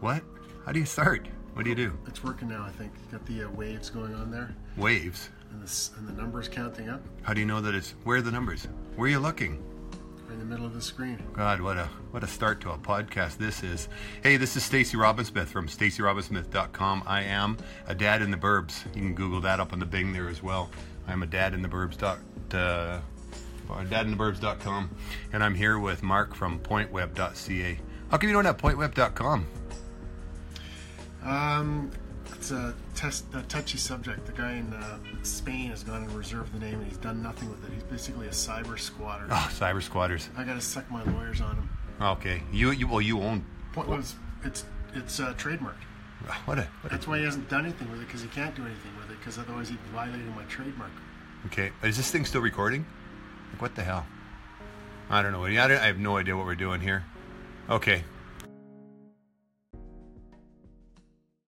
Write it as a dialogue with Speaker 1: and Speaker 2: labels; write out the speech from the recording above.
Speaker 1: What? How do you start? What do you do?
Speaker 2: It's working now, I think. Got the uh, waves going on there,
Speaker 1: Waves.
Speaker 2: and the s- and the numbers counting up
Speaker 1: How do you know that it's where are the numbers? Where are you looking?
Speaker 2: right in the middle of the screen.
Speaker 1: God, what a what a start to a podcast this is. Hey, this is Stacy Robinsmith from stacyrobinsmith.com. I am a dad in the burbs. You can Google that up on the Bing there as well. I'm a dad in the burbs. Dot, uh, or dadintheburbs.com, and I'm here with Mark from pointweb.ca. How come you don't have pointweb.com?
Speaker 2: Um, it's a, test, a touchy subject. The guy in uh, Spain has gone and reserved the name, and he's done nothing with it. He's basically a cyber squatter.
Speaker 1: Oh, cyber squatters.
Speaker 2: I gotta suck my lawyers on him.
Speaker 1: Okay, you you well you own.
Speaker 2: Point was, it's it's uh, trademarked.
Speaker 1: What a what a
Speaker 2: That's why he hasn't done anything with it because he can't do anything with it because otherwise he'd violated my trademark.
Speaker 1: Okay, is this thing still recording? Like, what the hell? I don't know. I, don't, I have no idea what we're doing here. Okay,